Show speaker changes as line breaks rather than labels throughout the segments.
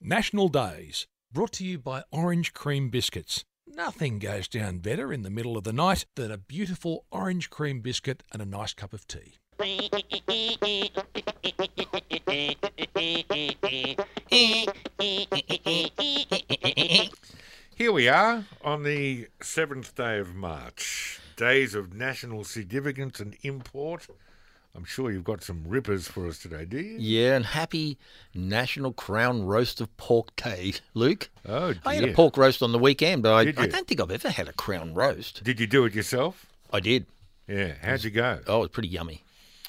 National Days, brought to you by Orange Cream Biscuits. Nothing goes down better in the middle of the night than a beautiful orange cream biscuit and a nice cup of tea.
Here we are on the 7th day of March, days of national significance and import. I'm sure you've got some rippers for us today, do you?
Yeah, and happy National Crown Roast of Pork Day, Luke.
Oh,
I had a
dear.
pork roast on the weekend, but I,
Did
I
you?
don't think I've ever had a crown roast.
Did you do it yourself?
I did.
Yeah. How'd you go?
Oh, it was pretty yummy.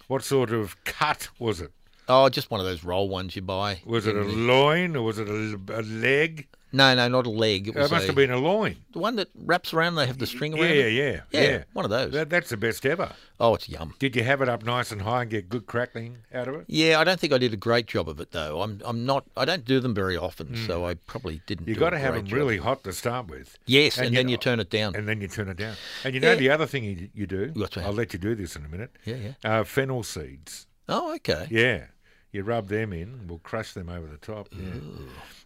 What sort of cut was it?
Oh, just one of those roll ones you buy.
Was it a
in the-
loin or was it a, a leg?
No, no, not a leg. It
It
was
must
a-
have been a loin.
the one that wraps around. They have the string
Yeah,
around.
yeah,
it.
yeah,
yeah. one of those.
That, that's the best ever.
Oh, it's yum.
Did you have it up nice and high and get good crackling out of it?
Yeah, I don't think I did a great job of it though. I'm, I'm not. I don't do them very often, so I probably didn't.
Mm. You
do
got to
a
have
great
them
job.
really hot to start with.
Yes, and,
and you
then
know-
you turn it down.
And then you turn it down. And you know
Um, Yeah.
the other thing you, you do?
What's that?
I'll let you do this in a minute.
Yeah, yeah.
Uh, fennel seeds.
Oh, okay.
Yeah. You rub them in. We'll crush them over the top. Yeah.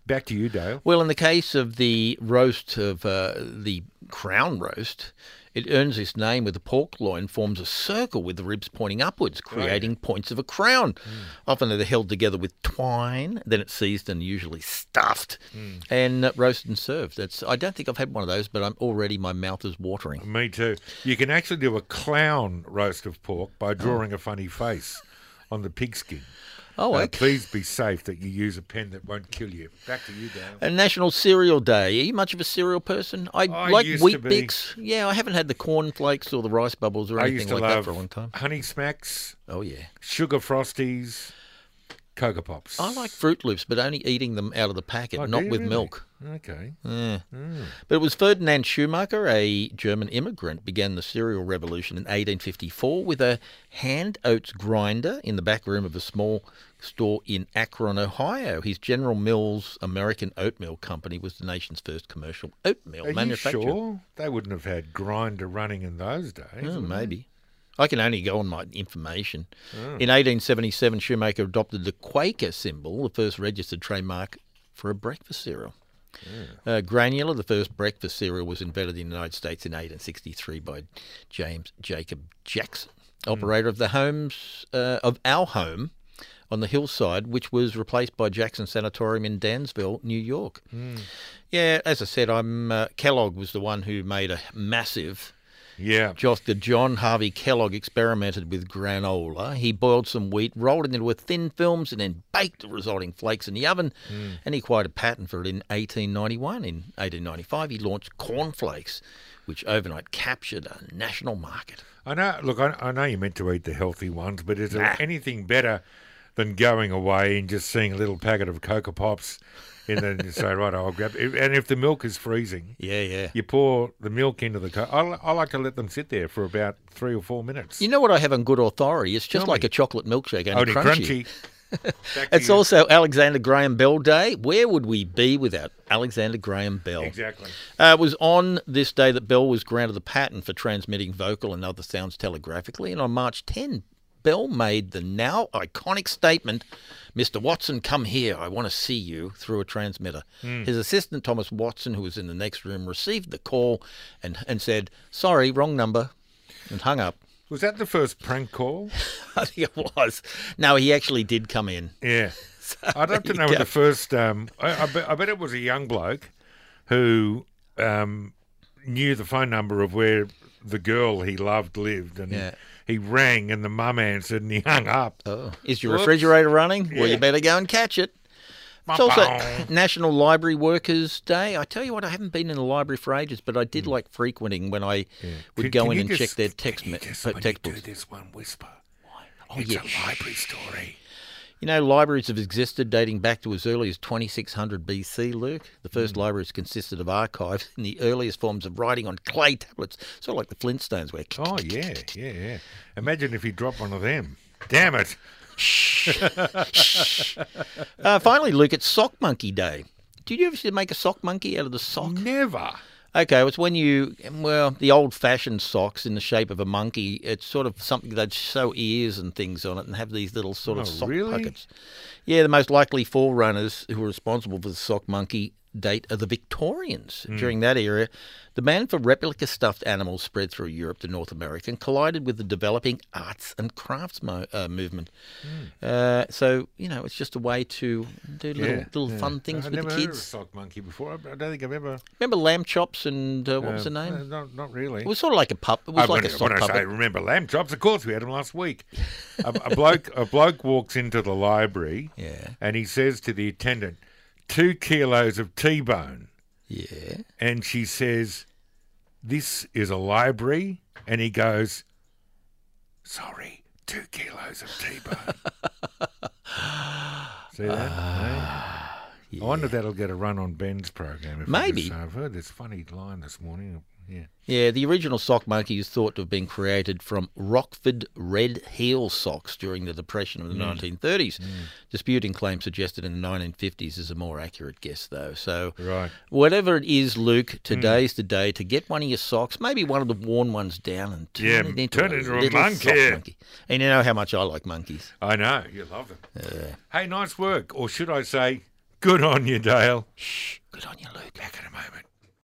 Back to you, Dale.
Well, in the case of the roast of uh, the crown roast, it earns its name with the pork loin forms a circle with the ribs pointing upwards,
Oh,
creating points of a crown.
Hmm.
Often they're held together with twine, then it's seized and usually stuffed
Hmm.
and uh, roasted and served. That's I don't think I've had one of those, but I'm already my mouth is watering.
Me too. You can actually do a clown roast of pork by drawing a funny face on the pigskin.
Oh,
Uh,
okay.
Please be safe that you use a pen that won't kill you. Back to you, Dale.
And National Cereal Day. Are you much of a cereal person? I,
I
like
used to
wheat
be.
bix. Yeah, I haven't had the corn flakes or the rice bubbles or
I
anything
used to
like that
love
for a long time.
honey smacks,
Oh yeah.
sugar frosties, cocoa pops.
I like Fruit Loops, but only eating them out of the packet,
Oh, do
not
you
with
really?
milk.
Okay.
Yeah. But it was Ferdinand Schumacher, a German immigrant, began the cereal revolution in 1854 with a hand oats grinder in the back room of a small store in Akron, Ohio. His General Mills American Oatmeal Company was the nation's first commercial oatmeal
Are you
manufacturer.
sure they wouldn't have had grinder running in those days?
Oh,
would they?
maybe. I can only go on my information. In 1877, Shoemaker adopted the Quaker symbol, the first registered trademark for a breakfast cereal. Uh, Granula, the first breakfast cereal, was invented in the United States in 1863 by James Jacob Jackson, operator of the homes uh, of our home on the hillside, which was replaced by Jackson Sanatorium in Dansville, New York. Yeah, as I said, I'm uh, Kellogg was the one who made a massive
Yeah.
Josh, the John Harvey Kellogg experimented with granola. He boiled some wheat, rolled it into a thin films, and then baked the resulting flakes in the oven.
Mm.
And he acquired a patent for it in 1891. In 1895, he launched cornflakes, which overnight captured a national market.
I know. Look, I, I know you meant to eat the healthy ones, but is there
Nah.
anything better than going away and just seeing a little packet of cocoa pops, and then you say, "Right, I'll grab." It. And if the milk is freezing,
Yeah, yeah.
you pour the milk into the cocoa. I, li- I like to let them sit there for about three or four minutes.
You know what I have on good authority? It's just
Tell
like
me.
a chocolate milkshake,
Only
only,
crunchy. Back to
It's
you.
also Alexander Graham Bell Day. Where would we be without Alexander Graham Bell?
exactly.
Uh, it was on this day that Bell was granted the patent for transmitting vocal and other sounds telegraphically, and on March 10, Bell made the now iconic statement, Mr. Watson, come here, I want to see you, through a transmitter.
Hmm.
His assistant, Thomas Watson, who was in the next room, received the call and, and said, Sorry, wrong number, and hung up.
Was that the first prank call?
I think it was. No, he actually did come in.
Yeah. I'd love to know what the first. Um, I, I, bet, I bet it was a young bloke who um, knew the phone number of where the girl he loved lived, and
Yeah.
he rang, and the mum answered, and he hung up.
Oh, is your
Whoops.
refrigerator running? Well,
Yeah.
you better go and catch it. It's also
Ba-bong.
National Library Workers Day. I tell you what, I haven't been in the library for ages, but I did like frequenting when I
Can-
would go
Hmm. can
in
you
and check
just-
their text
can you
me-
just,
uh,
when
text
you
books.
do this one whisper.
Oh,
It's
yeah.
a library story.
You know, libraries have existed dating back to as early as 2600 BC, Luke. The first
Hmm.
libraries consisted of archives in the earliest forms of writing on clay tablets, sort of like the Flintstones, where
Oh yeah, yeah, yeah. Imagine if he dropped one of them. Damn it!
uh, finally, Luke, it's Sock Monkey Day. Did you ever make a sock monkey out of the sock?
Never.
Okay, it's when you well the old-fashioned socks in the shape of a monkey. It's sort of something they'd sew ears and things on it, and have these little sort
Oh,
of sock
really?
pockets. Yeah, the most likely forerunners who were responsible for the sock monkey date are the Victorians.
Hmm.
During that era, demand for replica stuffed animals spread through Europe to North America and collided with the developing arts and crafts mo- uh, movement. Uh, so you know, it's just a way to do little
Hmm. Yeah,
little fun things
I've
with
never
the
heard of a
kids.
sock monkey before. I I don't think I've ever.
Remember lamb chops and uh, what was the
um,
name?
no, Not, not really.
It was sort of like a pup. It was
Oh,
like
when,
a
I-
sock
when I say
puppet.
remember lamb chops, of course we had them last week. a, a bloke, a bloke walks into the library,
Yeah.
and he says to the attendant, two kilos of T-bone,"
Yeah.
and she says, "This is a library," and he goes, "Sorry, two kilos of T-bone." See that? Eh? I wonder if that'll get a run on Ben's program. If we
Ah, Maybe.
just- I've heard this funny line this morning. Yeah.
Yeah, the original sock monkey is thought to have been created from Rockford red heel socks during the Depression of the
Mm.
1930s. Disputing claims suggested in the 1950s is a more accurate guess, though. So,
Right. Mm.
whatever it is, Luke, today's the day to get one of your socks, maybe one of the worn ones down, and turn
Yeah,
it into
turn
a,
it into a
little sock
monkey.
monkey. And you know how much I like monkeys.
I know you love them. hey, nice work, or should I say, good on you, Dale.
Shh, good on you, Luke.
Back in a moment.